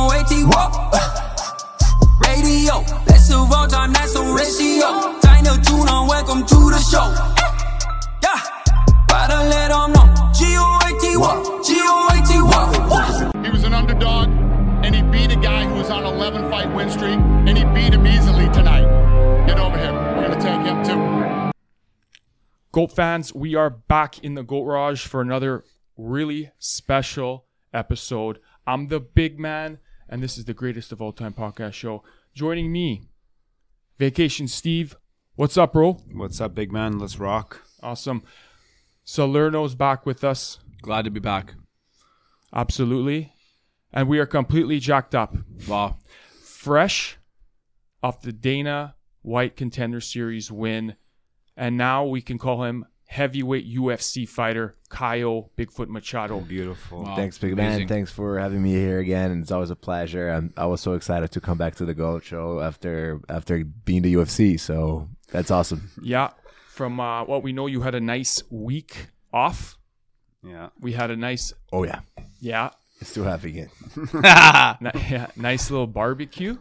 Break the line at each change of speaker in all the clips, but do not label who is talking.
Whoa. Radio, that's a wrong time, that's a ratio. China tune on, welcome to the show. Yeah, gotta let 'em know. G-O-A-T, what? G-O-A-T, what? What?
He was an underdog, and he beat a guy who was on 11 fight win streak, and he beat him easily tonight. Get over him. We're gonna take him too.
Goat fans, we are back in the Goat Garage for another really special episode. I'm the big man, and this is the greatest of all time podcast show. Joining me, Vacation Steve. What's up, bro?
What's up, big man? Let's rock.
Awesome. Salerno's back with us.
Glad to be back.
Absolutely. And we are completely jacked up.
Wow.
fresh off the Dana White Contender Series win, and now we can call him heavyweight UFC fighter Kyle Bigfoot Machado.
Beautiful.
Wow.
Thanks, big
Amazing.
man. Thanks for having me here again. And it's always a pleasure. I'm, I was so excited to come back to the Gold Show after after being to UFC. So that's awesome.
Yeah, from uh, what we know, you had a nice week off.
Yeah.
We had a nice,
Oh yeah,
yeah,
it's too happy again.
ni- yeah nice little barbecue,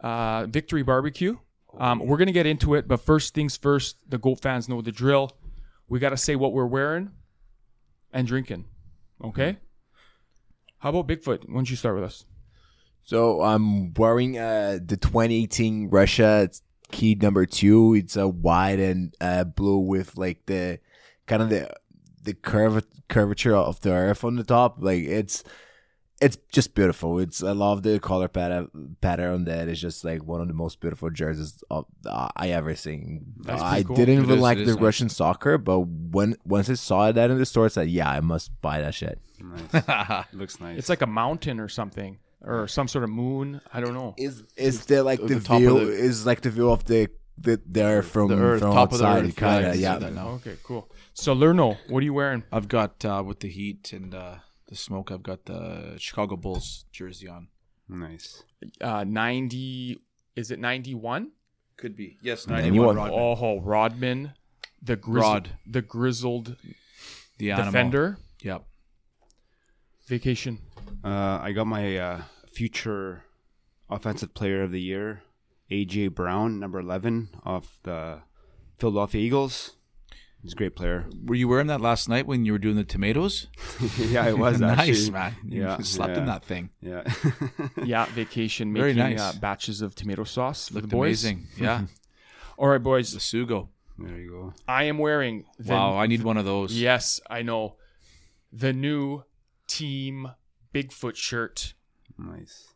uh, victory barbecue. Um, we're gonna get into it, but first things first. The Goat fans know the drill. We gotta say what we're wearing and drinking. Okay. How about Bigfoot? Why don't you start with us?
So I'm wearing uh, the 2018 Russia it's key number two. It's a white and uh, blue with like the kind of the the curve curvature of the earth on the top. Like it's it's just beautiful. It's I love the color pattern pattern on that. It's just like one of the most beautiful jerseys of, uh, I ever seen.
That's pretty
I
cool.
didn't
It
even
is-
like
it
the
is nice.
Russian soccer, but when once I saw that in the store, I said, "Yeah, I must buy that shit."
Nice. Looks nice.
It's like a mountain or something, or some sort of moon. I don't know.
is is the like
the
the,
top of
view
the-
is like the view of the the there from
The earth,
from
top of the
outside
earth.
kind of
I
yeah
see that now.
Okay, cool. Salerno, what are you wearing?
I've got uh, with the heat and uh, the smoke. I've got the Chicago Bulls jersey on.
nice.
Uh, ninety. Is it ninety-one?
Could be yes,
91.
Rodman.
Oh, Rodman, the grizzled,
Rod.
the grizzled
the animal.
defender.
Yep.
Vacation.
Uh, I got my uh, future offensive player of the year, AJ Brown, number 11 of the Philadelphia Eagles. He's a great player.
Were you wearing that last night when you were doing the tomatoes?
yeah, it was
nice,
actually.
man. You
Yeah,
slept
yeah,
in that thing.
Yeah.
Yeah, vacation.
Very
Making
nice.
uh, batches of tomato sauce for
Looked
the boys.
amazing. Yeah,
All right,
the
boys.
sugo.
there you go.
I am wearing. The,
Wow, I need one of those.
Yes, I know. The new team Bigfoot shirt
Nice.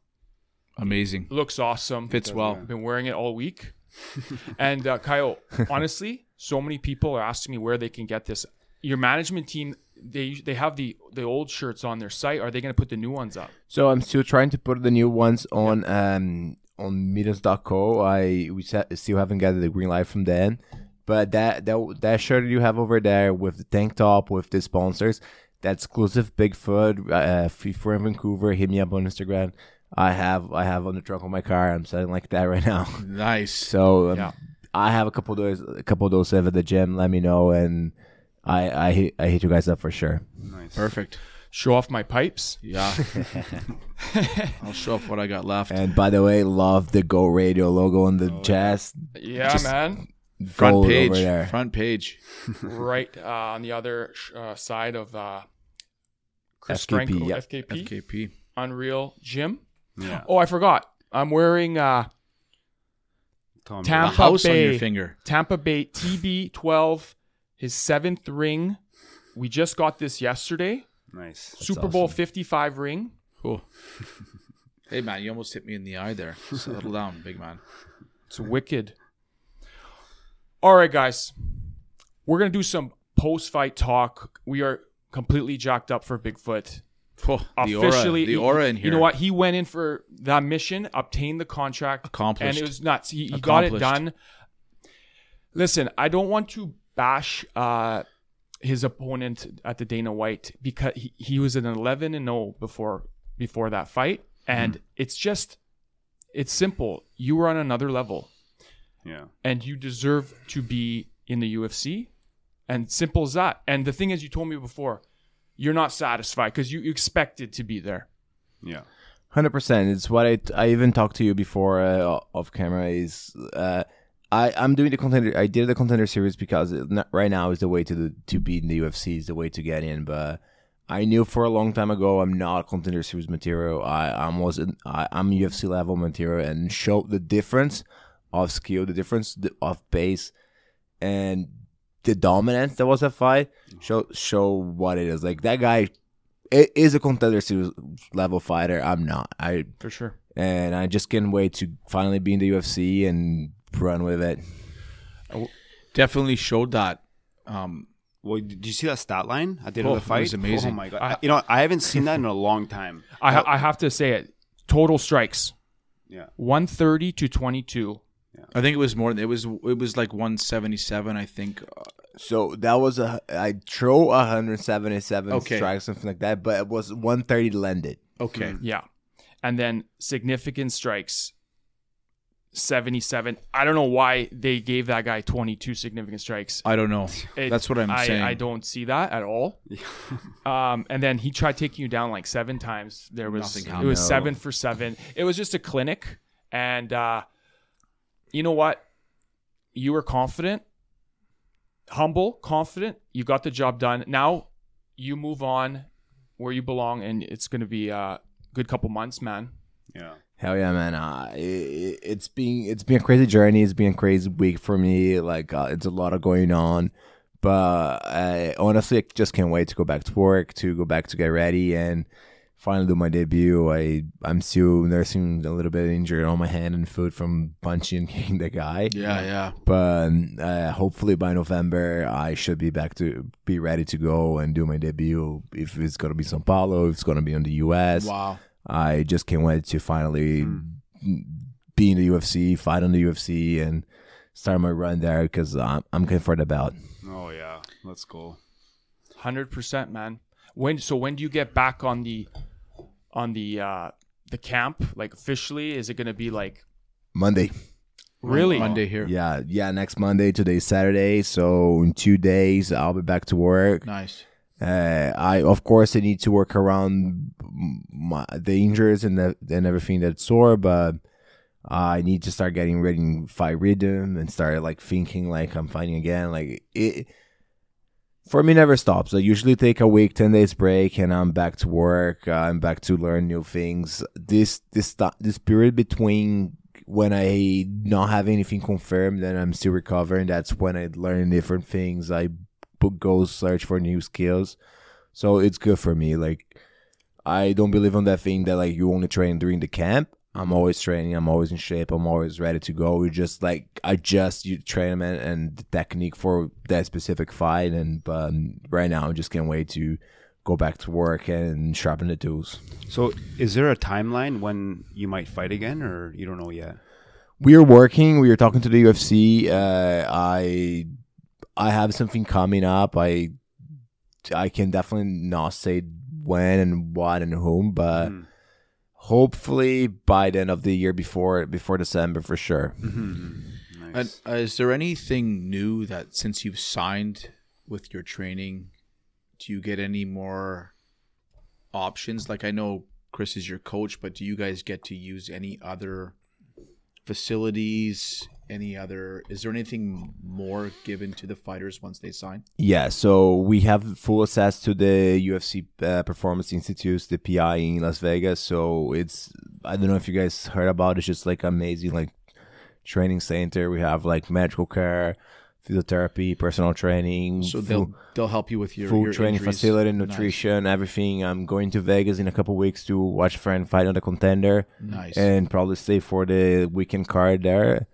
Amazing.
looks awesome.
Fits well.
I've been wearing it all week. and uh, Kyle, honestly, so many people are asking me where they can get this. Your management team, they they have the the old shirts on their site. Are they going to put the new ones up?
so i'm still trying to put the new ones on um on mediums.co i we sa- still haven't gotten the green light from them but that that that shirt you have over there with the tank top with the sponsors that exclusive bigfoot uh for in vancouver hit me up on instagram i have i have on the trunk of my car i'm selling like that right now
Nice.
So um,
Yeah.
I have a couple of those, a couple of those at the gym. Let me know, and I I hit, I hit you guys up for sure.
Nice.
Perfect.
Show off my pipes.
Yeah. I'll show off what I got left.
And by the way, love the Go Radio logo on the chest.
Yeah, man.
Oh, front
Gold
page.
over there.
Front page.
right uh, on the other sh- uh, side of uh, Chris
FKP,
Franco,
yep.
FKP,
FKP.
Unreal Gym.
Yeah.
Oh, I forgot. I'm wearing uh,
Tom
A
Tam- Tampa
house on
Bay.
your finger.
Tampa Bay TB12, his seventh ring. We just got this yesterday.
Nice.
Super Bowl
awesome.
55 ring.
Cool. hey man, you almost hit me in the eye there. Settle down, big man.
It's wicked. All right, guys. We're going to do some post fight talk. We are completely jacked up for Bigfoot.
Phew, the
Officially,
aura, the aura in here.
You know what? He went in for that mission, obtained the contract, and
Accomplished.
it was nuts. He, he got it
Accomplished.
done. Listen, I don't want to bash uh, his opponent at the Dana White because he, he was an 11 and 0 before before that fight,
Mm-hmm.
and it's just it's simple. You were on another level,
Yeah.
and you deserve to be in the UFC, and simple as that. And the thing is, you told me before, you're not satisfied because you, you expected to be there.
Yeah.
Hundred percent. It's what I, I even talked to you before uh, off camera. Is uh, I I'm doing the contender. I did the contender series because it, not, right now is the way to the, to beat in the UFC is the way to get in. But I knew for a long time ago I'm not contender series material. I I'm wasn't. I, I'm UFC level material and show the difference of skill, the difference th- of pace, and the dominance that was that fight. Show show what it is. Like that guy it is a contender series level fighter. I'm not. I
for sure.
and I just can't wait to finally be in the UFC and run with it.
Definitely showed that. Um,
Well, did you see that stat line at the end
Oh,
of
it
the fight?
was amazing.
Oh my god! you know, I haven't seen that in a long time.
I ha- I have to say it. Total strikes.
Yeah.
130 to 22.
I think it was more. than It was it was like 177. I think. Uh,
So that was a I throw 177
Okay.
strikes something like that, but it was 130 landed.
Okay.
Yeah. And then significant strikes 77. I don't know why they gave that guy 22 significant strikes.
I don't know.
It-
That's what I'm
I-
saying.
I don't see that at all. um, and then he tried taking you down like seven times. There was
Nothing
it
happened.
was
No.
seven for seven. It was just a clinic, and uh, you know what? You were confident, humble, confident. You got the job done. Now you move on where you belong, and it's going to be a good couple months, man.
Yeah.
Hell yeah, man! Uh, it, it- it's been it's been a crazy journey. It's been a crazy week for me. Like uh, it's a lot of going on, but I honestly I just can't wait to go back to work, to go back to get ready, and finally do my debut. I I'm still nursing a little bit of injury on my hand and foot from punching and kicking the guy,
Yeah, yeah.
but um, uh, hopefully by November I should be back to be ready to go and do my debut. If it's gonna be São Paulo, if it's gonna be in the U.S.
Wow.
I just can't wait to finally be in the UFC, fight on the UFC, and start my run there because I'm, I'm going for the belt.
Oh yeah. Let's go.
Hundred percent, man. When so when do you get back on the on the uh, the camp like officially? Is it going to be like
Monday.
really
Monday here.
Yeah, yeah, next Monday. Today's Saturday. So in two days, I'll be back to work.
Nice.
Uh, I of course I need to work around my, the injuries and the, and everything that's sore, but I need to start getting ready in fight rhythm and start like thinking like I'm fighting again. Like it for me never stops. I usually take a week, ten days break, and I'm back to work. Uh, I'm back to learn new things. This this ti- this period between when I not have anything confirmed and I'm still recovering, that's when I learn different things. I bo- go search for new skills. So it's good for me. Like I don't believe on that thing that like you only train during the camp. I'm always training. I'm always in shape. I'm always ready to go. You just like adjust your trainment and the technique for that specific fight. And um, right now, I just can't wait to go back to work and sharpen the tools.
So, is there a timeline when you might fight again, or you don't know yet?
we are working. We are talking to the UFC. Uh, I I have something coming up. I I can definitely not say when and what and whom, but
Mm.
hopefully by the end of the year, before before December for sure.
And,
Nice.
uh, is there anything new that since you've signed with your training, do you get any more options? Like I know Chris is your coach, but do you guys get to use any other facilities? Any other? Is there anything more given to the fighters once they sign?
Yeah, so we have full access to the UFC uh, Performance Institutes, the PI in Las Vegas. So it's I don't know if you guys heard about it. it's just like amazing like training center. We have like medical care, physiotherapy, personal training.
So
full-
they'll they'll help you with your
full
your
training
injuries.
facility,
Nice.
nutrition, everything. I'm going to Vegas in a couple weeks to watch a friend fight on the contender,
Nice.
and uh, probably stay for the weekend card there.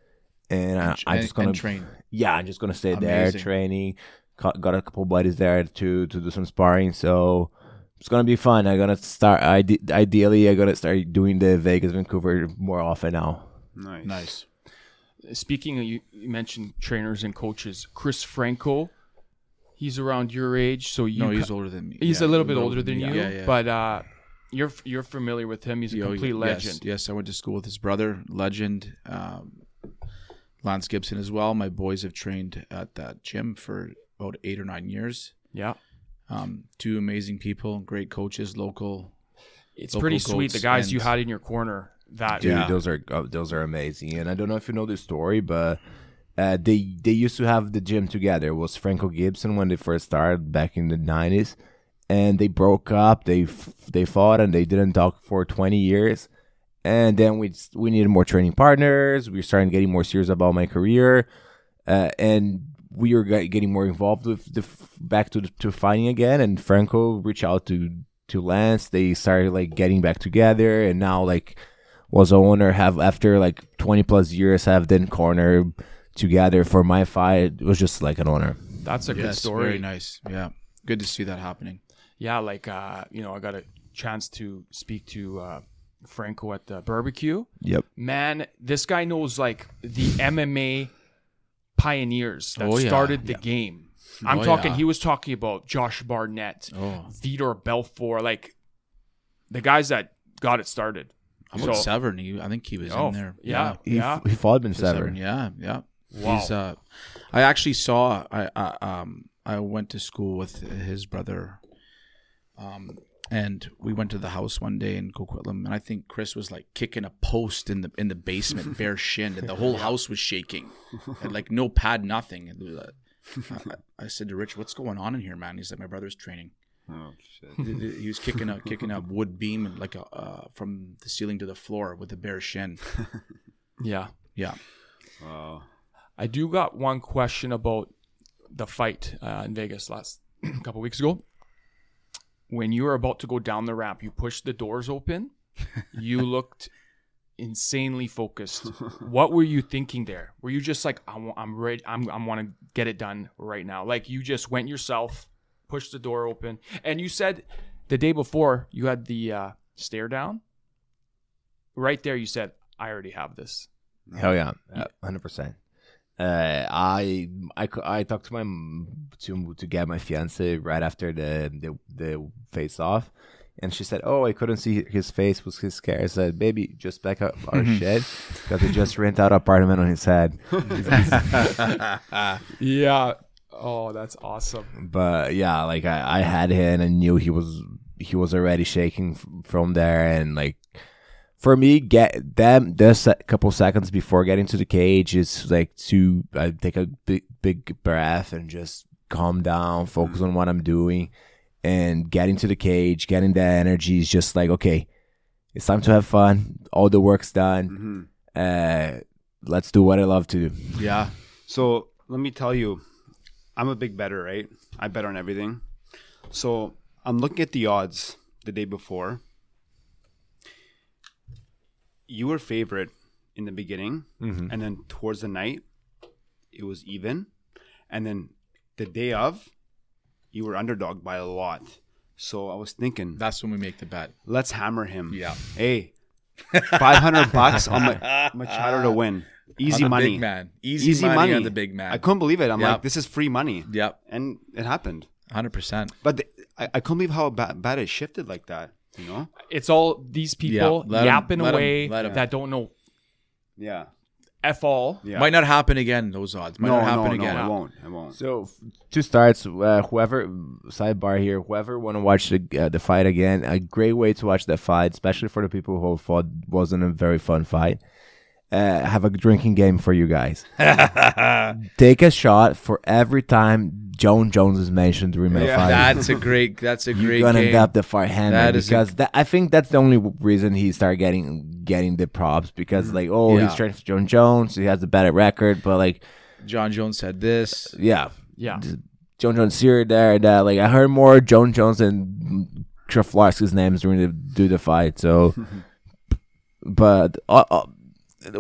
And I, I
And-
just gonna
and train.
yeah, I'm just gonna stay there
Amazing.
training. Got, got a couple buddies there to to do some sparring, so it's gonna be fun. I'm gonna start. ide- Ideally, I'm gonna start doing the Vegas Vancouver more often now.
nice.
Nice.
speaking of you, you mentioned trainers and coaches chris franco he's around your age so you
No,
ki-
he's older than me.
he's
Yeah,
a little bit older than
me.
you
Yeah, yeah.
but uh you're f- you're familiar with him he's a
Yo,
complete
Oh, yes,
legend
Yes, I went to school with his brother, legend um, Lance Gibson as well. My boys have trained at that gym for about eight or nine years.
yeah
Um, two amazing people, great coaches, local.
It's
Local
pretty sweet. The
goats
guys
and-
you had in your corner that
Dude,
Yeah.
those are uh, those are amazing. And I don't know if you know the story, but uh, they they used to have the gym together. It was Franco Gibson when they first started back in the nineties, and they broke up. They f- they fought and they didn't talk for twenty years. And then we s- we needed more training partners. We started getting more serious about my career, uh, and we were ge- getting more involved with the f- back to to fighting again. And Franco reached out to to Lance. They started like getting back together, and now like was a owner have after like 20 plus years have then corner together for my fight it was just like an honor
that's a good
Yes,
story.
very nice. Yeah, good to see that happening.
yeah, like uh, you know, I got a chance to speak to uh, Franco at the barbecue.
yep
Man, this guy knows like the MMA pioneers that
Oh, yeah.
started the game. I'm
Oh,
talking.
yeah.
He was talking about Josh Barnett,
Oh,
Theodore Belfort, like the guys that got it started.
how about
So-
Severn? He, I think he was
Oh,
in there.
yeah,
he,
yeah.
f- he fought Ben Severn
Severn. Yeah, yeah.
Wow.
He's uh, I actually saw. I, I um, I went to school with his brother, um, and we went to the house one day in Coquitlam, and I think Chris was like kicking a post in the in the basement, bare shinned, and the whole house was shaking, and like no pad, nothing. And, uh, I- I, I said to Rich, "What's going on in here, man?" He's like, "My brother's training."
Oh, shit.
Th- th- he was kicking a kicking a wood beam and like a uh, from the ceiling to the floor with a bare shin.
Yeah,
Yeah.
Wow.
I do got one question about the fight uh, in Vegas last couple weeks ago. When you were about to go down the ramp, you pushed the doors open. You looked insanely focused. What were you thinking there? Were you just like, I'm, I'm ready. I'm, I'm want to get it done right now. Like you just went yourself, pushed the door open, and you said the day before you had the uh, stare down. Right there, you said, "I already have this."
hell yeah Uh, 100% uh, I, I c- I talked to my m- to to get my fiance right after the the, the face off, and she said, "Oh, I couldn't see his face. Was he scared?" I said, "Baby, just back up our shit because they just rent out apartment on his head."
Yeah. Oh, that's awesome.
but yeah, like I, I had him and knew he was he was already shaking f- from there, and like for me, get them the se- couple seconds before getting to the cage is like to I take a big big breath and just calm down, focus on what I'm doing, and getting to the cage, getting that energy is just like okay, it's time to have fun. All the work's done.
hmm
Uh, let's do what I love to do.
Yeah.
So let me tell you, I'm a big better, right? I bet on everything. So I'm looking at the odds the day before. You were favorite in the beginning, and then towards the night, it was even. And then the day of, you were underdog by a lot. So I was thinking,
That's when we make the bet.
let's hammer him.
Yeah.
Hey, 500 bucks on Ma- Machado to win. Easy
on the
money.
big man. Easy, money, on the big man.
I couldn't believe it. I'm
Yep.
like, this is free money.
Yep,
And it happened.
hundred percent.
But the, I, I couldn't believe how ba- bad it shifted like that, you know?
It's all these people
Yeah, let 'em-
yapping
let 'em-
away
let 'em.
that don't know
Yeah.
f all.
Yeah.
Might not happen again. Those odds might
no,
not happen
no,
again.
no, it won't. It won't.
So f- two starts. Uh, whoever sidebar here, whoever want to watch the uh, the fight again, a great way to watch that fight, especially for the people who thought wasn't a very fun fight. Uh, have a drinking game for you guys. Take a shot for every time Joan Jones is mentioned during my
Yeah.
fight.
That's a great. That's a
You're
great
gonna
game.
end up the far hand
That is a-
because that, I think that's the only w- reason he started getting getting the props because like oh
Mm. Yeah.
he's training for Joan Jones he has a better record but like
John Jones said this.
yeah
Yeah.
Joan Jones here, there, and that. Like I heard more Joan Jones and Traflarski's names during the do the fight. So, but uh, uh,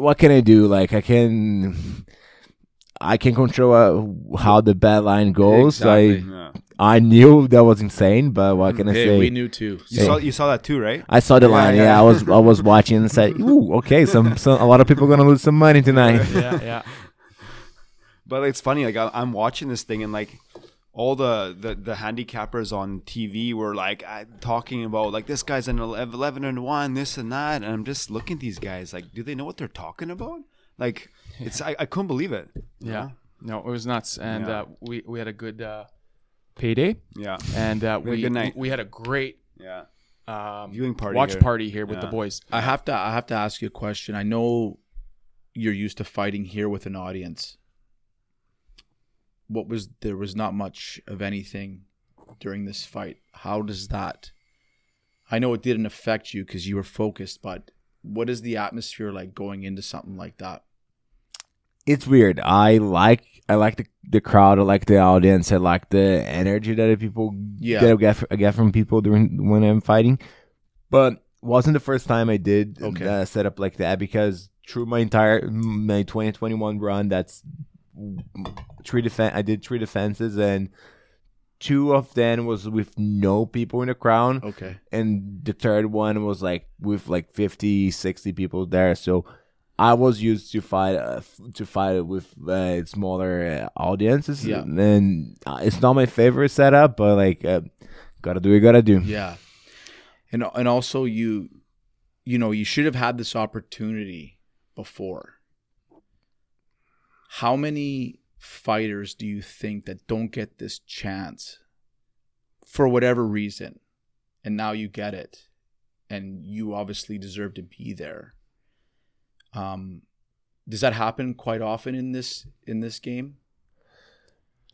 what can I do? Like I can, I can control uh, how the bad line goes.
Exactly.
Yeah.
I I knew that was insane, but what can I
Hey,
say?
we knew too.
You, saw, you saw that too, right?
I saw the line. Yeah,
yeah.
I was I was watching and said, "Ooh, okay, some, some a lot of people gonna lose some money tonight."
Yeah. Yeah.
But it's funny. Like, I, I'm watching this thing and, like, all the, the, the handicappers on TV were like I, talking about like this guy's an 11 11 and one this and that and I'm just looking at these guys like do they know what they're talking about like it's I, I couldn't believe it
Yeah. No, it was nuts, and
Yeah.
uh, we we had a good uh, payday,
yeah
and uh, we
good night.
we had a great
yeah
um,
Viewing party
watch
here.
party here with the
Yeah.
boys.
I have to I have to ask you a question. I know you're used to fighting here with an audience. What was there was not much of anything during this fight. How does that I know it didn't affect you cuz you were focused, but what is the atmosphere like going into something like that?
it's weird. I like I like the, the crowd. I like the audience. I like the energy that the people
Yeah.
that I get, I get from people during when I'm fighting. But wasn't the first time I did
Okay.
a setup like that because through my entire my 2021 run, that's three defense. I did three defenses and two of them was with no people in the crowd
Okay.
and the third one was like with like 50 60 people there so i was used to fight uh, f- to fight with uh, smaller uh, audiences
Yeah.
and uh, it's not my favorite setup but like uh, gotta do what gotta do
Yeah. And and also you you know, you should have had this opportunity before. How many fighters do you think that don't get this chance for whatever reason and now you get it and you obviously deserve to be there. Um does that happen quite often in this in this game?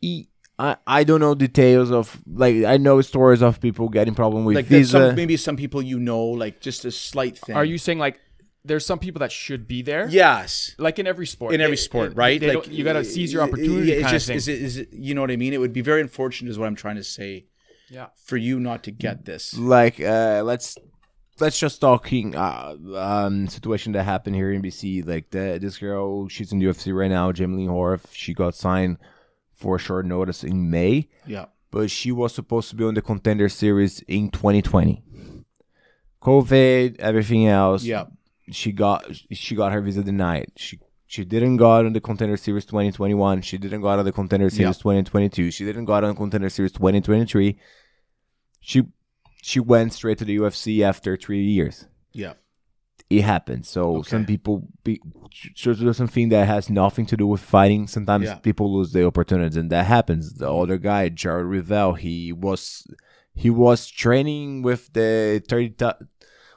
E- I, I don't know details of like i know stories of people getting problem with
like that
visa
some, maybe some people you know like just a slight thing.
Are you saying like there's some people that should be there?
Yes.
like in every sport.
in every
They-
sport,
they-
right?
they don't- you got to seize your opportunity.
Yeah, it's
kind
just
of
is it is it you know what I mean? It would be very unfortunate, is what I'm trying to say,
yeah.
for you not to get this.
like uh let's let's just talking uh, um situation that happened here in BC like the, this girl she's in the UFC right now Jamie Horf she got signed for short notice in May
Yeah,
but she was supposed to be on the contender series in 2020 covid everything else
yeah,
she got she got her visa denied. She she didn't got on the contender series 2021. She didn't got on the contender series 2022. She didn't got on contender series 2023. She she went straight to the UFC after three years.
yeah,
It happened. So
Okay.
some people be should do something that has nothing to do with fighting. Sometimes
Yeah.
people lose the opportunities, and that happens. The other guy, Jared Revell, he was he was training with the 30 tou-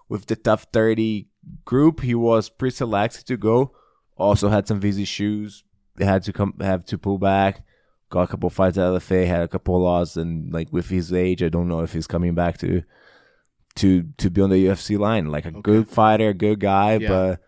with the tough 30 group he was pre-selected to go also had some visa issues had to come have to pull back got a couple fights out of the fay had a couple losses and like with his age i don't know if he's coming back to to to be on the ufc line like a good fighter a good guy
Yeah.
but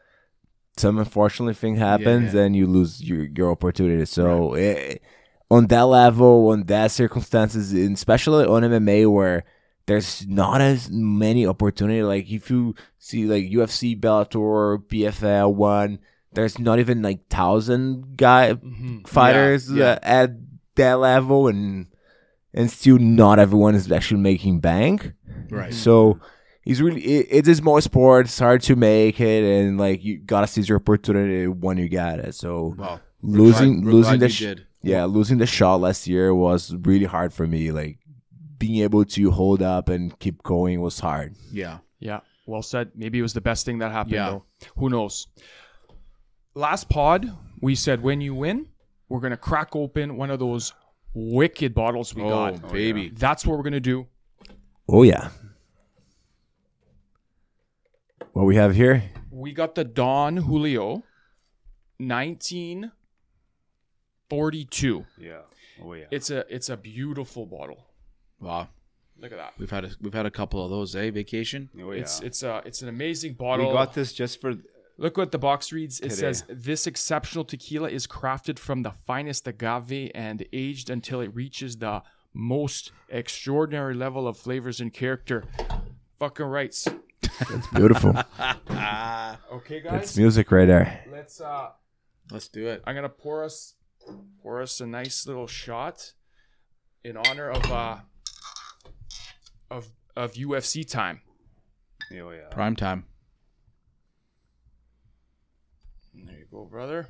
some unfortunate thing happens
yeah.
and you lose your your opportunity so it, on that level, on that circumstances, and especially on MMA where there's not as many opportunity. Like if you see like UFC, Bellator, PFL one, there's not even like thousand guy
Mm-hmm.
fighters
Yeah, yeah.
uh, at that level, and and still not everyone is actually making bank.
right.
So it's really it, it's a small sport. It's hard to make it, and like you gotta seize your opportunity when you got it. So
Well,
losing
we're
losing
glad
the
you
sh-
did.
yeah losing the shot last year was really hard for me. Like being able to hold up and keep going was hard.
Yeah,
Yeah. Well said. Maybe it was the best thing that happened.
Yeah.
Though. Who knows? Last pod, we said when you win, we're gonna crack open one of those wicked bottles we
oh
got.
baby,
That's what we're gonna do.
Oh yeah. What we have here?
We got the Don Julio, nineteen forty-two.
Yeah. Oh yeah.
It's a it's a beautiful bottle.
wow,
Look at that.
we've had a, we've had a couple of those, eh? Vacation.
Oh, yeah.
It's it's a it's an amazing
we
bottle.
got this just for
Look what the box reads. It
Today.
says this exceptional tequila is crafted from the finest agave and aged until it reaches the most extraordinary level of flavors and character. Fucking rights.
It's beautiful.
Okay,
it's
guys.
music right there.
Let's uh
Let's do it.
I'm gonna pour us pour us a nice little shot in honor of uh of of UFC time.
oh yeah.
Prime time.
There you go, brother.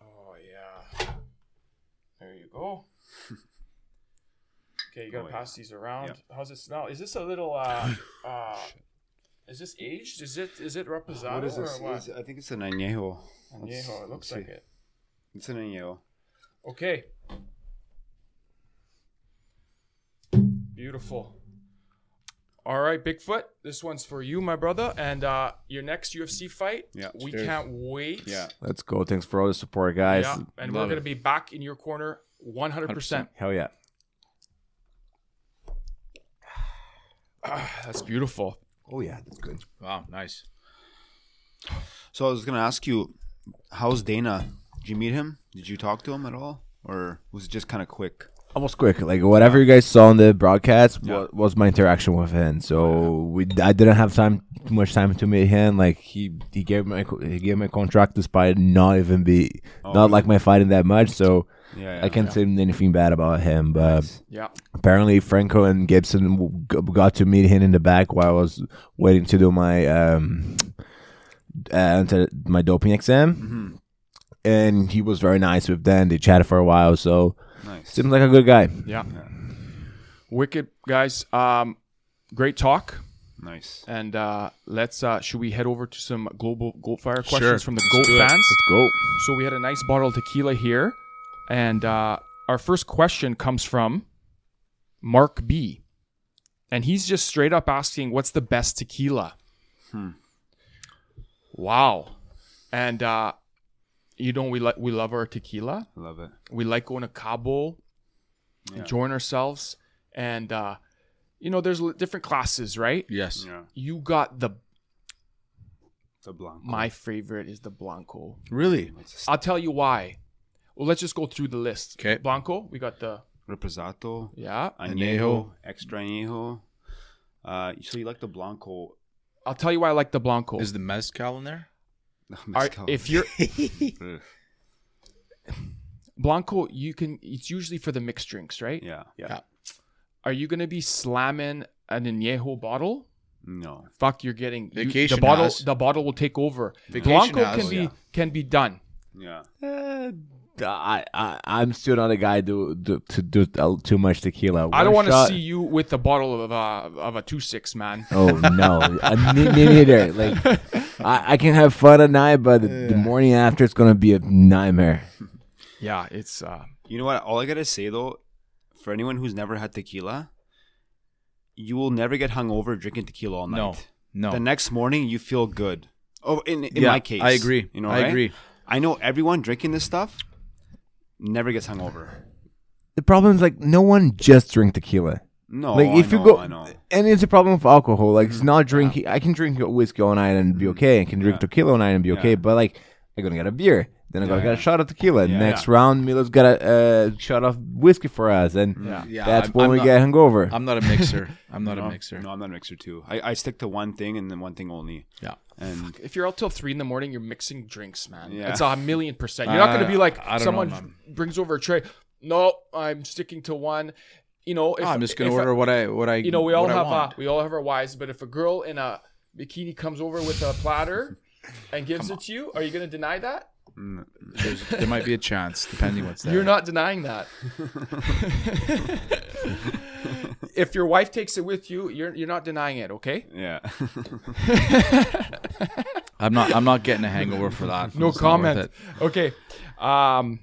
Oh yeah. There you go. Okay, you gotta
Oh, yeah.
pass these around. How's it smell? Is this a little uh uh is this aged? Is it is it reposado
What is this?
or what?
Is- I think it's an añejo.
Añejo,
Let's-
it
let's
looks
see.
like it.
It's an añejo.
Okay. Beautiful. All right, Bigfoot. This one's for you, my brother, and uh, your next UFC fight.
Yeah.
we can't wait.
Yeah.
Let's go. Thanks for all the support, guys.
yeah, and we're
love it.
gonna be back in your corner, one hundred percent.
Hell yeah.
That's beautiful.
Oh yeah, that's good.
Wow, nice.
So I was gonna ask you, how's Dana? Did you meet him? Did you talk to him at all, or was it just kind of quick?
Almost quick, like whatever you guys saw on the broadcast wa- was my interaction with him. So we, I didn't have time too much time to meet him. Like he, he gave my co- he gave my contract despite not even be not like my fighting that much. So
Yeah,
I can't say anything bad about him. But
Yeah,
apparently Franco and Gibson w- g- got to meet him in the back while I was waiting to do my um uh, to- my doping exam. And he was very nice with them. They chatted for a while, so
Nice.
seems like a good guy.
yeah. Wicked guys. Um, great talk.
Nice.
And uh, let's uh, should we head over to some global Gold Fire questions
Sure.
from the
Let's
Gold
do it.
fans?
Go.
So we had a nice bottle of tequila here, and uh, our first question comes from Mark B, and he's just straight up asking, "What's the best tequila?"
Hmm.
Wow, and uh, you know we like we love our tequila.
I love it.
We like going to Cabo, enjoying ourselves, and uh, you know there's l- different classes, right?
Yes.
Yeah.
You got the
The blanco.
my favorite is the blanco.
Really?
I'll tell you why. Well, let's just go through the list.
'Kay.
Blanco, we got the
Reposato.
yeah.
Añejo. Extra añejo. Uh, so you like the blanco?
I'll tell you why I like the Blanco.
Is the mezcal in there?
All right,
Mezcal.
if you're
Ugh.
Blanco, you can. It's usually for the mixed drinks, right?
yeah,
Yeah.
Are you gonna be slamming an añejo bottle?
no,
Fuck, you're getting you-
Vacation
the bottle.
has.
The bottle will take over.
Vacation
Blanco
has.
can
Oh,
be
yeah.
can be done.
yeah,
Uh, I, I I'm still not a guy to do, to do uh, too much tequila.
I don't want
One
to
shot-
see you with a bottle of uh, of a two six man.
Oh no, I, me, me neither. Like I, I can have fun at night, but the morning after it's gonna be a nightmare.
yeah, it's uh,
You know what? All I gotta say though, for anyone who's never had tequila, you will never get hungover drinking tequila all night.
No. No.
The next morning, you feel good. Oh, in, in
Yeah,
my case,
I agree.
You know,
I
right?
agree.
I know everyone drinking this stuff never gets hungover.
The problem is like no one just drink tequila.
No,
like if
Oh, I
you
know,
go,
I know.
and it's a problem with alcohol. Like it's not drinking. I can drink whiskey all night and be okay. I can drink tequila all night and be okay. But like I'm gonna get a beer, then I'm gonna get a shot of tequila. Next round, Milo's got a uh, shot of whiskey for us, and
Yeah,
that's
I'm-
when
I'm
we
not-
get hungover.
I'm not a mixer. I'm not a
No,
mixer.
No, I'm not a mixer too. I, I stick to one thing and then one thing only.
Yeah.
And
if you're out till three in the morning, you're mixing drinks, man.
Yeah.
It's a million percent. You're not
I-
going to be like
I don't know,
someone
man.
brings over a tray. No, I'm sticking to one. You know, if,
Ah, I'm just gonna
if
order what I what I
you know, we all
what I
have uh,
want.
we all have our wives, but if a girl in a bikini comes over with a platter and gives it to you, are you going to deny that?
There's- there might be a chance depending what's there.
You're not denying that. if your wife takes it with you, you're you're not denying it. Okay.
yeah,
I'm not. I'm not getting a hangover for that.
no
It's not worth
comment.
it.
Okay. Um,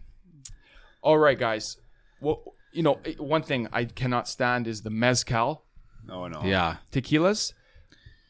all right, guys. Well, you know, eh, one thing I cannot stand is the mezcal
no, no.
Yeah.
tequilas.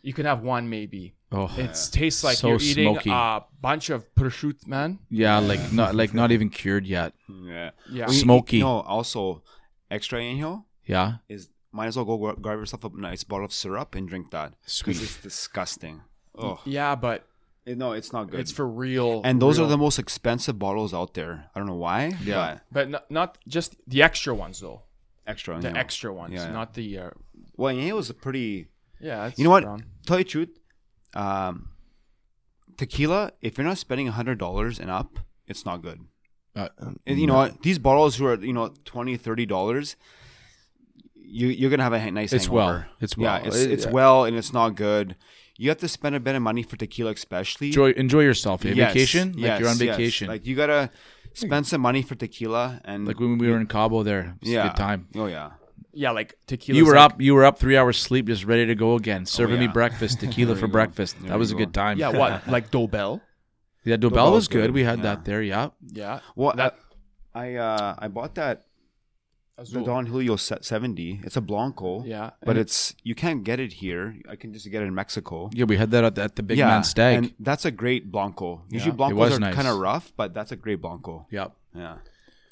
You can have one maybe.
Oh.
It tastes like
So
you're eating
smoky.
a bunch of prosciutto, man.
Yeah, like not like not even cured yet.
yeah,
Yeah.
We-
Smoky.
No, also extra angel
Yeah.
is might as well go gra- grab yourself a nice bottle of syrup and drink that. 'Cause
Sweet.
it's disgusting. Oh
Yeah, but
it- no, it's not good.
Mm. it's for real.
and those are
real.
the most expensive bottles out there. I don't know why. Yeah,
but not, not just the extra ones though.
extra.
The
añejo.
extra ones,
Yeah, yeah.
not the. Uh,
Well, añejo is a pretty.
yeah. it's
You know what?
brown.
Tell you the truth, um, tequila. If you're not spending hundred dollars and up, it's not good.
Uh,
And you know what? These bottles who are you know 20 dollars, you you're gonna have a ha- nice.
It's
hangover.
well. It's well.
Yeah, it's,
It-
it's well, and it's not good. You have to spend a bit of money for tequila, especially.
enjoy enjoy yourself. eh?
Yes,
vacation. Like
yes,
you're on
yes.
vacation.
Like you gotta spend some money for tequila, and
Like when we were in Cabo there. It was
yeah,
a good time.
Oh yeah,
Yeah, like tequila.
You were up you were up three hours sleep, just ready to go again. Serving me
Oh, yeah.
breakfast, tequila for breakfast. that was a
go.
good time.
Yeah. What? Like Dobel.
Yeah, Dobel was good. We had that there, yeah.
Yeah.
Well,
That-
I I, uh, I bought that the Don Julio se- 70. It's a Blanco.
Yeah.
But it's you can't get it here. I can just get it in Mexico.
Yeah, we had that at the, at the Big Man Stag.
and that's a great Blanco. Usually
It was
Blancos are
nice.
kind of rough, but that's a great Blanco.
yep.
Yeah.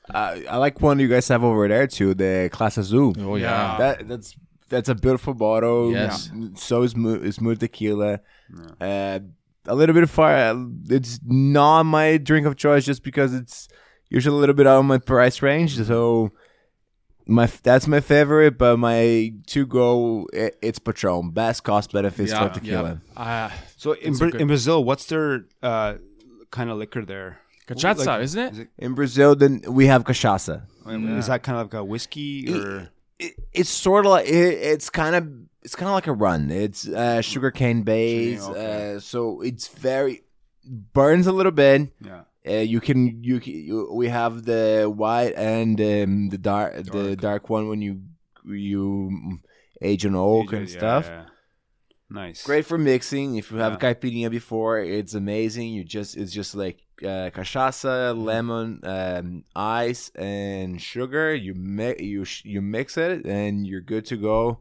Uh, I like one you guys have over there too, the Class Azul.
Oh yeah.
That that's that's a beautiful bottle.
Yes.
So smooth, smooth tequila. Uh, a little bit far. It's not my drink of choice just because it's usually a little bit out of my price range. So my that's my favorite, but my to go it, it's Patron. Best cost benefits
Yeah,
for tequila.
Uh,
So in,
It's a
Bra-
good-
in Brazil, what's their uh, kind of liquor there?
cachaça, isn't it?
is it-
In Brazil, then we have cachaça.
Is that kind of like a whiskey or
it, it's sort of like it, it's kind of it's kind of like a run. It's uh, sugarcane base, uh, so it's very burns a little bit.
yeah?
Uh, you can you, ca- you we have the white and um, the dark, the dark one when you you age an oak and
Yeah,
stuff.
yeah. Nice.
Great for mixing. If you have
Yeah.
caipirinha before, it's amazing. You just it's just like uh, cachaça,
Mm-hmm.
lemon, um, ice, and sugar. You mi- you sh- you mix it, and you're good to go.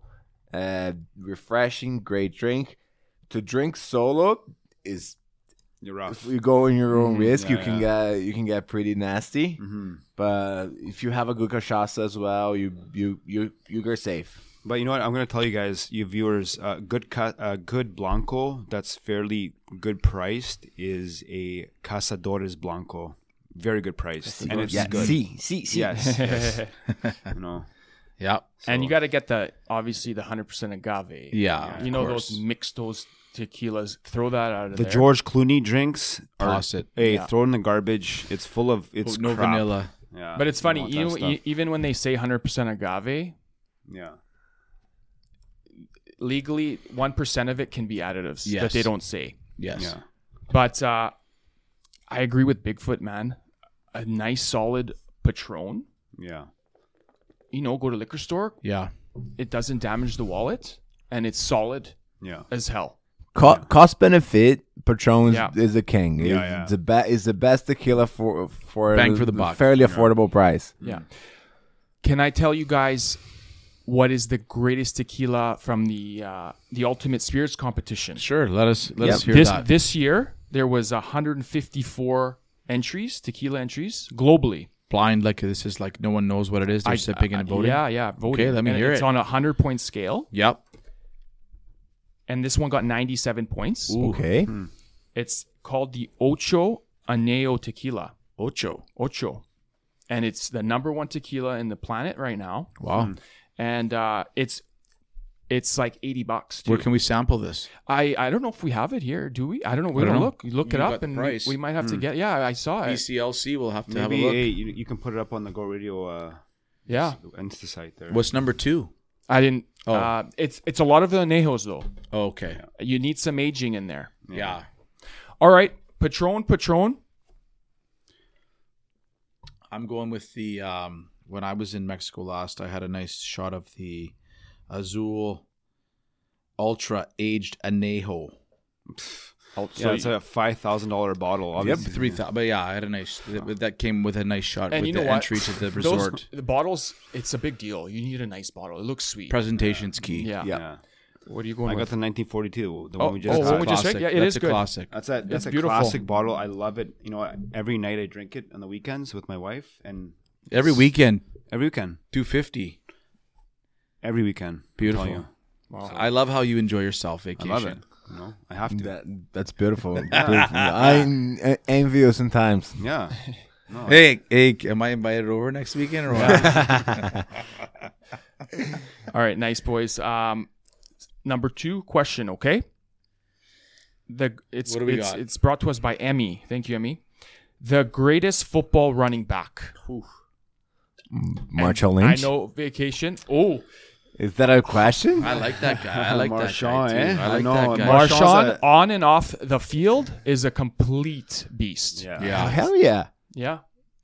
Uh, refreshing, great drink. To drink solo is
You're rough.
if you go in your own risk, you
Mm-hmm. yeah, Mm.
can get you can get pretty nasty.
Mm-hmm.
But if you have a good cachaça as well, you you you you're safe.
But you know what? I'm going to tell you guys, you viewers, uh, good ca- uh, good blanco that's fairly good priced is a Casadores Blanco. Very good priced. And it's good.
see, see, see.
Yes. yes. you know.
Yep.
and you got to get the obviously the hundred percent agave.
Yeah,
you
of
know
course.
those mixtos tequilas. Throw that out of
The
there.
George Clooney drinks are
Toss it. Oh,
Hey, throw in the garbage. It's full of it's
no
crap.
vanilla.
Yeah,
but it's
you
funny,
want
you
that
know,
stuff.
e- even when they say hundred percent agave,
yeah,
legally one percent of it can be additives that
Yes.
they don't say.
Yes.
yeah.
But uh, I agree with Bigfoot, man. A nice solid Patron.
Yeah.
You know, go to liquor store.
Yeah.
It doesn't damage the wallet, and it's solid
Yeah.
as hell.
Co- Cost benefit, Patron is-
Yeah.
is the king. It-
Yeah, yeah.
It's the best. It's the best tequila for for
Bang for the buck.
fairly affordable price.
Yeah. Mm. Can I tell you guys what is the greatest tequila from the uh, the Ultimate Spirits competition?
Sure. Let us let us hear
This
that.
this year there was 154 entries, tequila entries globally.
Blind like this is like no one knows what it is. They're sipping and voting.
Yeah, yeah, voting.
let me
And
hear
It's
it.
on a 100 point scale,
Yep.
and this one got 97 points.
Okay,
It's called the Ocho Aneo Tequila.
Ocho.
Ocho. And it's the number one tequila in the planet right now,
Wow.
and uh, it's it's like eighty bucks. Too.
Where can we sample this?
I I don't know if we have it here. Do we? I don't know. We're
I don't
gonna
know.
look
Hmm.
look
You
it
got
up,
the
and we,
price.
we might have to get. Yeah, I saw it.
BCLC will have to
Maybe
have a
hey,
look. Ah.
you, you can put it up on the Go Radio uh,
Yeah,
Insta site there.
What's number two?
I didn't. Uh, it's it's a lot of the anejos though.
Oh, okay.
You need some aging in there.
Yeah.
All right, Patron, Patron.
I'm going with the um when I was in Mexico last, I had a nice shot of the Azul Ultra Aged Anejo. Oh,
yeah, it's a five thousand dollar bottle.
Yep,
Obviously.
three thousand. But yeah, I had a nice. That, that came with a nice shot
And
with
you
the
know what?
entry to the resort.
Those the bottles. It's a big deal. You need a nice bottle. It looks sweet.
Presentation's key.
yeah.
Yeah.
What are you
I
going
got
with?
the 1942. The
Oh,
one we just
oh,
had.
what would you say?
Classic.
Yeah, it
That's
is
a
good.
classic.
That's a that's
It's
a
beautiful.
classic bottle. I love it. You know, every night I drink it on the weekends with my wife, and
Every weekend,
every weekend,
two fifty.
every weekend. I'm
Beautiful.
telling you.
I love how you enjoy yourself
I
vacation.
love it. You know, I have to.
that that's beautiful. beautiful. I'm uh, envious sometimes.
Yeah.
Hey, hey, am I invited over next weekend or what?
All right, nice boys. Um, number two question, okay? The it's
What do we
it's,
got?
it's brought to us by Emmy. Thank you, Emmy. The greatest football running back.
Marshall Lynch.
I know vacation. Oh,
Is that a question?
I like that guy. I like
Marshawn,
that guy
eh?
too.
I
I like
know,
that guy.
Marshawn-
Marshawn
Marshawn's a-
on and off the field is a complete beast.
Yeah.
yeah,
Ah, Hell yeah.
yeah,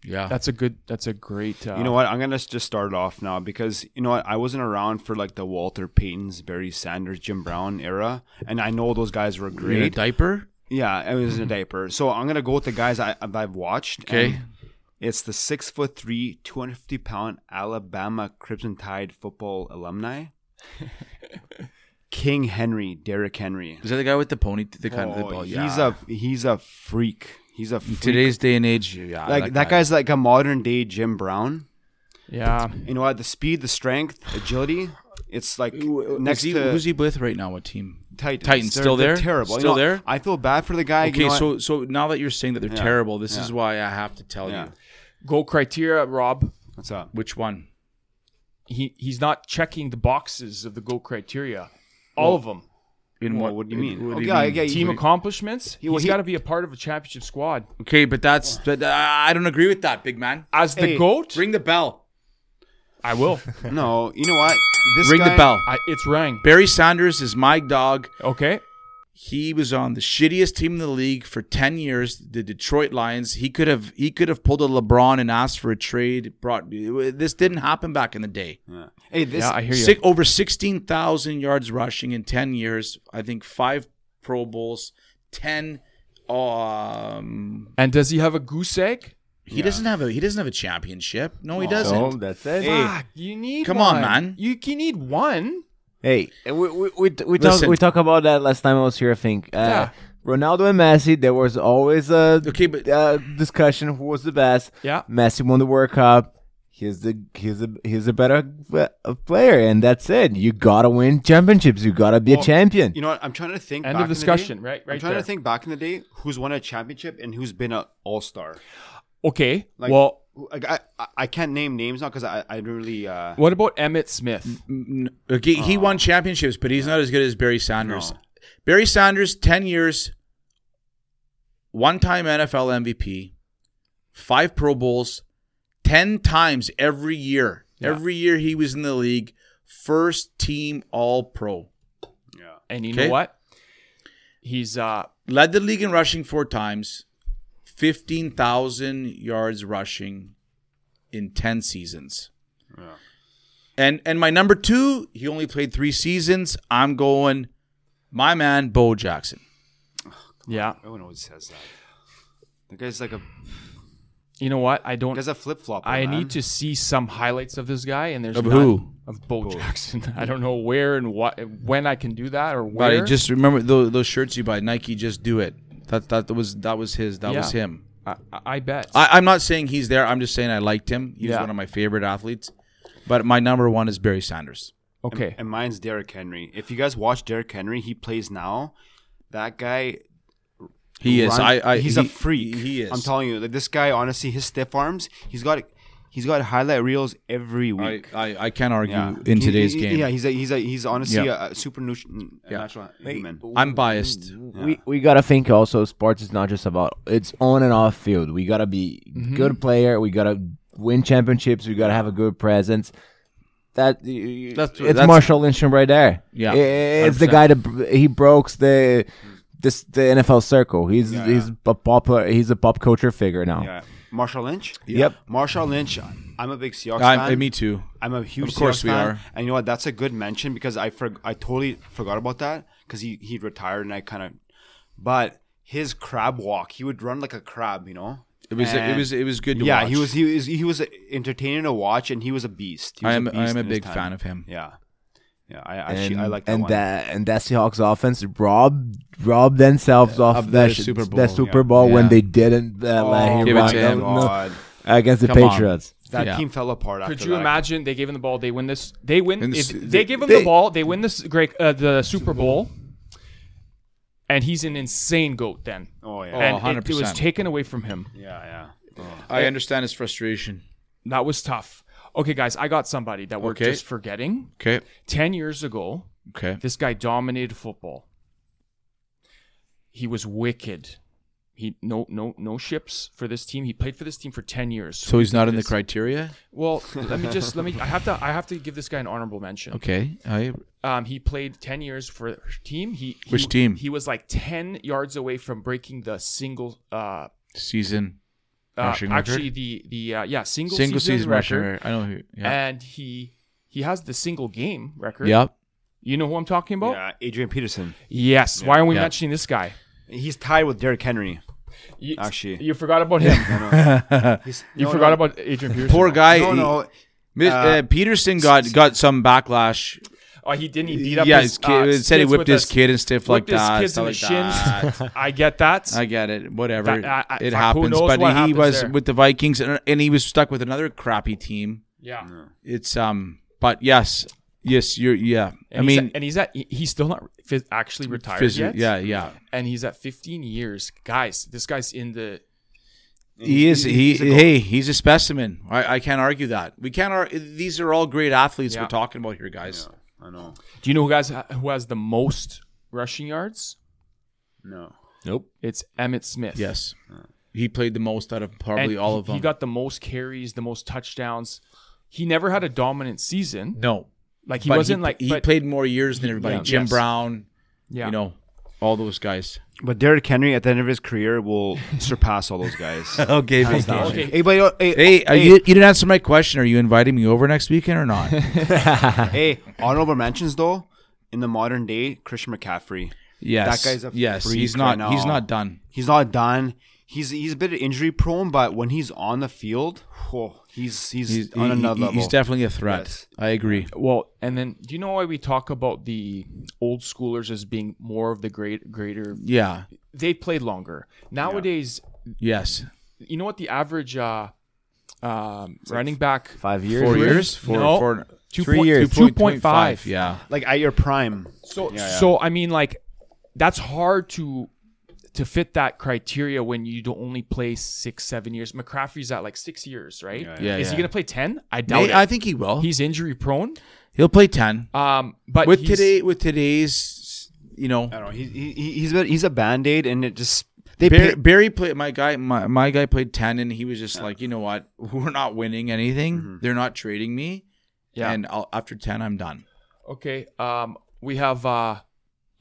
yeah.
that's a good. That's a great. Uh,
You know what? I'm gonna s- just start off now because you know what? I wasn't around for like the Walter Payton's, Barry Sanders, Jim Brown era, and I know those guys were
You're in a
great.
diaper.
yeah, I was in a diaper, so I'm gonna go with the guys I I've watched.
Okay.
and, It's the six foot three, 250 pound Alabama Crimson Tide football alumni, King Henry, Derrick Henry.
Is that the guy with the pony? The kind of the
Oh,
ball.
He's
yeah.
a he's a freak. He's a
In
freak.
today's day and age. Yeah,
like that,
guy.
guy's like a modern day Jim Brown.
Yeah.
You know, at the speed, the strength, agility. It's like
Who-
next
is he,
to
who's he with right now? What team?
Titans.
Titans,
They're-
still
they're
there?
Terrible. You
Still
know,
there?
I feel bad for the guy. you
Okay,
know,
so so now that you're saying that they're terrible, this is why I have to tell
Yeah.
you
Goal criteria, Rob.
what's up?
which one.
He he's not checking the boxes of the goal criteria. All of them.
In
Well, what do you mean?
what
Okay,
do you
I-
mean?
I-
Team accomplishments.
well,
he's
he-
got to be a part of a championship squad.
Okay, but that's
Oh.
but uh, I don't agree with that, big man.
As the
Hey,
goat,
Ring the bell.
I will.
No, you know what? This
Ring
guy,
the bell.
I, it's rang.
Barry Sanders is my dog.
Okay.
He was on the shittiest team in the league for ten years, the Detroit Lions. He could have he could have pulled a LeBron and asked for a trade. Brought this didn't happen back in the day.
Yeah. Hey, this
Yeah, I hear you.
Six, over sixteen thousand yards rushing in ten years. I think five Pro Bowls, ten. Um,
And does he have a goose egg?
he doesn't have a he doesn't have a championship. No, he doesn't.
No, that's it.
Fuck, you need.
Come on,
one.
man.
You can need one.
Hey, and we we we, we talk
Listen.
we talk about that last time I was here. I think uh,
Yeah.
Ronaldo and Messi. There was always a
Okay, but-
uh, discussion who was the best.
Yeah.
Messi won the World Cup. He's the he's a he's a better uh, player, and that's it. You gotta win championships. You gotta be a
Well,
champion.
You know what? I'm trying to think.
End
back
of
in the day-
discussion, right-
I'm
right
trying
there.
to think back in the day who's won a championship and who's been an all star.
Okay.
Like-
well,
Like I, I, I can't name names now because I, I don't really. Uh,
what about Emmett Smith?
N- Okay, he won championships, but he's not as good as Barry Sanders. Barry Sanders, 10 years, one time NFL MVP, five Pro Bowls, 10 times every year.
Yeah.
Every year he was in the league, first team All Pro.
And you
Okay.
know what? He's uh
Led the league in rushing four times, 15,000 yards rushing in 10 seasons.
Yeah.
And and my number 2, he only played 3 seasons. I'm going my man Bo Jackson.
yeah.
Everyone always says that. The guy's like a
You know what? I don't
guy's a flip flop.
I need to see some highlights of this guy, and there's
Of
none.
who?
Of Bo, Jackson. I don't know where and what, when I can do that or
But
where.
I just remember those, those shirts you buy Nike just do it. That that was that was his. That was
Yeah.
him.
I, I bet.
I, I'm not saying he's there. I'm just saying I liked him. He was
Yeah.
one of my favorite athletes. But my number one is Barry Sanders.
okay.
And mine's Derrick Henry. If you guys watch Derrick Henry, he plays now. That guy
He is.
run-
I, I
he's a
he-
freak.
He is.
I'm telling you, like this guy, honestly, his stiff arms, he's got, he's got highlight reels every
I,
week.
I, I can't argue
yeah,
in
Uh, He-
today's
he-
game.
Yeah, he's a, he's a, he's honestly
Yeah.
a, a super nu- n- natural human.
I'm biased.
We we gotta think also. Sports is not just about it's on and off field. We gotta be good player. We gotta win championships. We gotta have a good presence. That
That's-
that's, it's
that's-
Marshall Lynchman right there.
Yeah,
I- it's the
100%.
guy that br- he broke the this the NFL circle. He's he's a popular. He's a pop culture figure now.
Yeah, Marshall Lynch.
Yep.
Marshall Lynch. I'm a big Seahawks
I,
fan.
eh, me too.
I'm a huge
Of course
Seahawks
we
fan,
are.
and you know what? That's a good mention because I for, I totally forgot about that because he he retired and I kind of, but his crab walk, he would run like a crab, you know.
It was
And-
it was it was good to
yeah,
watch.
he was he was he was entertaining to watch, and he was a beast. He was
I am
beast
I am a
in his
big
time.
fan of him.
Yeah, yeah, I
And,
actually I like that
and
one.
that and that Seahawks offense robbed robbed themselves off
of
that
the
sh-
Super Bowl,
that Super
yeah.
Bowl when
Yeah. Oh,
they didn't uh,
Oh,
let him
Give it
run
to him.
no-
God.
against the
Come on.
Patriots.
That
Yeah.
team fell apart.
Could
after
you
that.
imagine they give him the ball? They win this. They win.
And
If
this-
they give him
they-
the ball. They win this great uh, the Super Bowl. And he's an insane goat then.
Oh yeah,
and it- It, was
100%.
taken away from him.
yeah, yeah.
I understand his frustration.
That was tough. Okay, guys, I got somebody that we're
Okay.
just forgetting.
Okay.
Ten years ago,
Okay.
This guy dominated football. He was wicked. He no no no ships for this team. He played for this team for ten years.
So he's not in the criteria.
well, let me just let me. I have to I have to give this guy an honorable mention.
Okay. I
Um, he played ten years for the team. He, he-
Which team?
He was like ten yards away from breaking the single. Uh,
season
uh
Rushing record?
actually the the uh, yeah single,
single
season,
season
record.
rusher. I know who. Yeah.
And he he has the single game record.
Yep.
You know who I'm talking about?
yeah. uh, Adrian Peterson.
Yes. Why are we
Yeah.
mentioning this guy?
He's tied with Derrick Henry.
You,
Actually.
you forgot about him. You
No,
forgot
no.
about Adrian Peterson.
Poor guy.
No,
he-
no.
Mi- uh, Peterson got got some backlash.
Oh, he didn't. He beat up.
yeah,
his,
his kid,
uh,
said he
kids
whipped
with
his
a-
kid and stuff like
whipped his
that.
kids in
stuff
the
like
shins.
that.
I get that.
I get it. Whatever.
That- I- I-
it
fuck, who
happens.
knows
But
what
he
happens
was
there.
with the Vikings and, and he was stuck with another crappy team.
yeah.
It's um but yes. Yes, you're yeah.
And he's
I mean
at- and he's at. He's still not phys- actually retired
phys-
yet.
yeah, yeah.
And he's at 15 years, guys. This guy's in the.
He is he hey, he's a specimen. I, I can't argue that. We can't ar- these are all great athletes
Yeah.
we're talking about here, guys.
I know.
Do you know who guys ha- who has the most rushing yards?
No.
Nope.
It's Emmett Smith.
Yes. He played the most out of
And
probably all
he-
of them.
He got the most carries, the most touchdowns. He never had a dominant season.
no.
Like he
but
wasn't
he,
like
he
but-
played more years than everybody.
yeah.
Jim
Yes.
Brown,
Yeah.
you know, all those guys.
But Derrick Henry at the end of his career will surpass all those guys.
Okay, Vince.
Okay.
Hey, but, uh, hey,
Hey, are you, you didn't answer my question. Are you inviting me over next weekend or not?
hey, honorable mentions though. In the modern day, Christian McCaffrey,
yes,
That guy's a
yes.
freak
He's not.
right
He's
now.
not done.
he's not done. He's he's a bit injury prone, but when he's on the field, whoa, he's he's,
He's
on
he-
another
he-
level.
He's definitely a threat.
Yes.
I agree.
Well, and then do you know why we talk about the old schoolers as being more of the great greater?
Yeah.
They played longer. Nowadays,
Yes.
you know what the average uh, um, running back
Five years.
Four years. Four.
No.
four
two
Three
point-
years.
two point five.
Yeah.
like at your prime.
So so I mean like that's hard to to fit that criteria when you don't only play six seven years. McCaffrey's at like six years, right?
Yeah,
Is
yeah.
he gonna play ten? I doubt
May-
it.
I think he will.
he's injury prone.
he'll play ten.
Um, but
with
he's-
today, with today's, you know,
I don't know. He, he he's a, he's a band aid, and it just they
Barry,
pay,
Barry played my guy. My, my guy played ten, and he was just like, you know what? We're not winning anything. They're not trading me.
Yeah.
And I'll, after ten, I'm done.
Okay. Um, we have. uh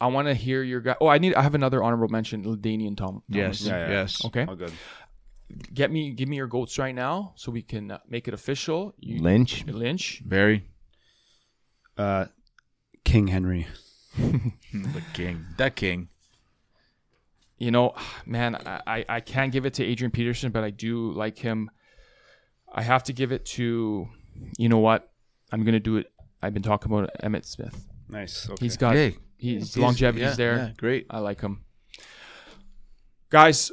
I want to hear your guy. Oh, I need. I have another honorable mention. Ladanian Tom. Thomas.
yeah.
Yes.
Okay.
all good.
Get me. Give me your goats right now, so we can uh, make it official. You,
Lynch.
Lynch.
Barry.
Uh, King Henry.
The king. That king.
You know, man, I I- I can't give it to Adrian Peterson, but I do like him. I have to give it to. You know what? I'm gonna do it. I've been talking about Emmett Smith.
Nice. Okay.
He's got.
Hey.
He's, longevity's
yeah,
there.
yeah, great.
I like him. Guys,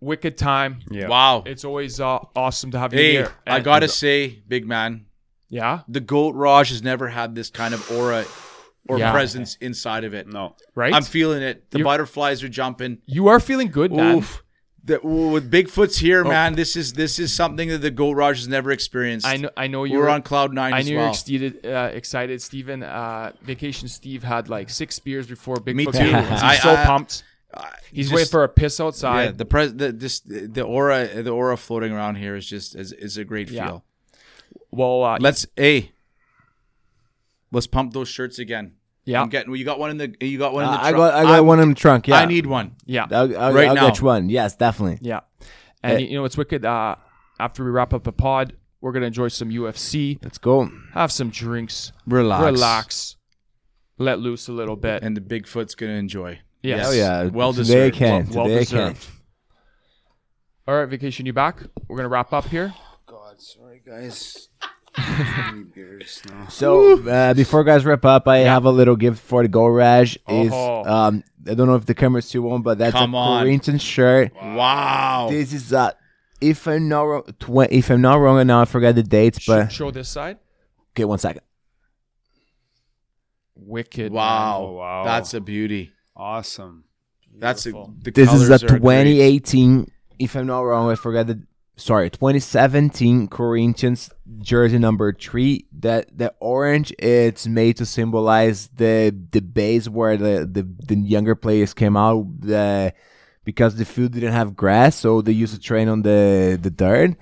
wicked time.
Yeah.
Wow.
It's always uh, awesome to have you
hey,
here.
I
And-
gotta say, big man,
Yeah,
the goat Raj has never had this kind of aura or
Yeah.
presence inside of it.
No.
right.
I'm feeling it. The
You're-
butterflies are jumping.
you are feeling good, man.
Oof. The, ooh, with Bigfoot's
Oh.
here, man. This is this is something that the goat Raj has never experienced.
I know. I know you
We're on cloud nine
I
as
knew
well.
you're excited, uh, excited, Steven. Uh, Vacation Steve had like six beers before Big
Me
Foot
too.
came. He's
I-
so
I-
pumped. He's waiting
just-
for a piss outside.
yeah, the pres the this the aura the aura floating around here is just is, is a great
Yeah.
feel.
well, uh,
Let's a let's pump those shirts again.
yeah,
I'm getting you got one in the you got one in the
Uh, I
tru-
got. I got
I'm-
one in the trunk. Yeah.
I need one.
yeah,
I'll, I'll,
Right
I'll
now.
get you one. Yes, definitely.
Uh,
yeah. And you know it's wicked. Uh, after we wrap up the pod, we're gonna enjoy some UFC,
Let's go.
have some drinks,
Relax.
relax, let loose a little bit.
And the Bigfoot's gonna enjoy.
yes.
Hell yeah.
Well
Today
deserved.
I can.
Well
Today I can.
deserved. All right, vacation, you back? We're gonna wrap up here.
God, sorry guys. beers now.
So uh, before guys wrap up, I have a little gift for the Gorage. Is
Oh.
um, I don't know if the camera's too on, but that's
Come
a
on. Oh.
Corinthians shirt.
Wow.
This is uh, if I'm not wrong, tw- if I'm not wrong, and now I forgot the dates,
Should
but
show this side.
okay, one second.
Wicked.
Wow.
Oh, wow.
That's a beauty.
Awesome.
That's a
Beautiful.
the
This is a
colors are great.
2018. If I'm not wrong, I forgot the sorry 2017 Corinthians jersey number three. That the orange it's made to symbolize the the base where the the, the younger players came out. The because the field didn't have grass, so they used to train on the the dirt,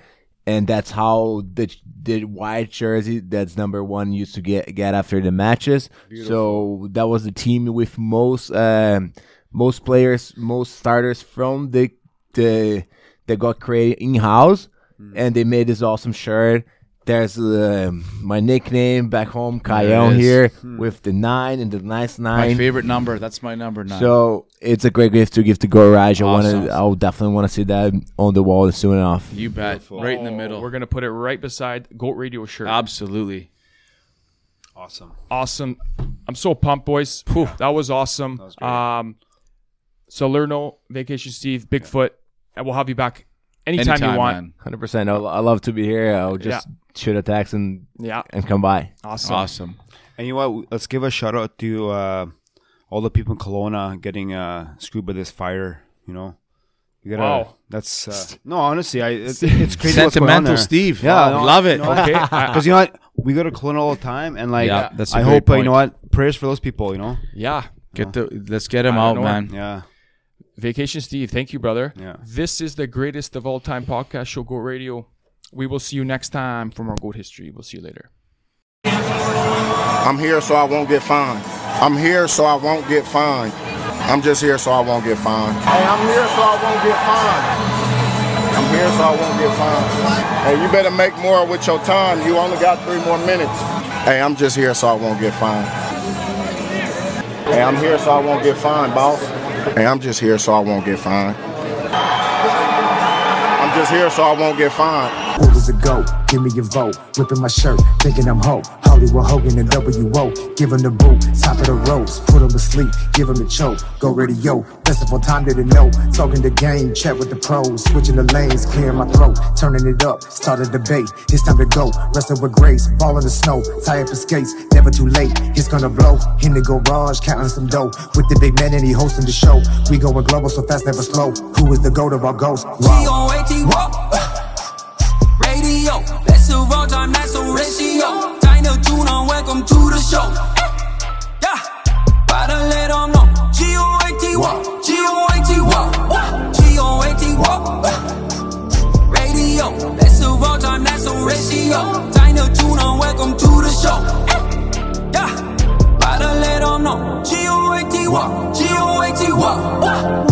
and that's how the the white jersey that's number one used to get get after the matches. So that was the team with most um, most players, most starters from the
Hmm.
the that got created in house, and they made this awesome shirt. There's uh, my nickname back home,
it
Kyone
is. Hmm.
here with the nine and the nice
My
nine.
favorite number. That's my number nine.
So it's a great gift to give to Goraj. I want
Awesome.
to. I'll definitely want to see that on the wall soon enough.
you bet. Right in the middle.
We're gonna put it right beside Goat Radio shirt.
Absolutely.
Awesome.
awesome. I'm so pumped, boys. That was awesome. um, Salerno, Vacation Steve, Bigfoot, and we'll have you back anytime, you want.
man.
Hundred percent. I love to be here. I'll just shoot a text and
Yeah,
and come by.
awesome.
Awesome.
And you know what? Let's give a shout out to uh, all the people in Kelowna getting uh, screwed by this fire. You know, you gotta.
Wow.
That's uh, no, honestly, I it's, it's crazy. what's going on
Sentimental
there.
Steve.
Yeah,
Wow,
no,
love it.
no.
Okay, I-
Because you know what, we go to Kelowna all the time, and like,
Yeah, that's a
I
great
hope uh, you
point.
know what prayers for those people. You know,
yeah.
Get the let's get him
I
out,
don't know.
man.
yeah,
Vacation Steve, thank you, brother.
Yeah.
This is the greatest of all time podcast show, Goat Radio. We will see you next time for more Goat History. We'll see you later.
I'm here so I won't get fined. I'm here so I won't get fined. I'm just here so I won't get fined. Hey, I'm here so I won't get fined. I'm here so I won't get fined. Hey, you better make more with your time. You only got three more minutes. Hey, I'm just here so I won't get fined. Hey, I'm here so I won't get fined, boss. Hey, I'm just here so I won't get fined. I'm just here so I won't get fined.
Quarters ago, give me your vote. Ripping my shirt, thinking I'm ho. Hollywood Hogan and WO. Give him the boot, top of the ropes. Put him to sleep, give him the choke. Go radio, best of all time didn't know. Talking the game, chat with the pros. Switching the lanes, clearing my throat. Turning it up, start a debate. It's time to go. Wrestling with grace, ball in the snow. Tie up his skates, never too late. It's gonna blow. In the garage, counting some dough. With the big man and he hosting the show. We going global so fast, never slow. Who is the goat of our ghost?
G-O-A-T, whoa. Radio, that's the wrong time, that's the ratio. Dino Tuna, welcome to the show. Yeah, gotta let 'em know. G-O-A-T, whoa. G-O-A-T, whoa. G-O-A-T, whoa. Radio, that's the wrong time, that's the ratio. Dino Tuna, welcome to the show. Eh, Yeah, gotta let 'em know. G-O-A-T, whoa. G-O-A-T, whoa.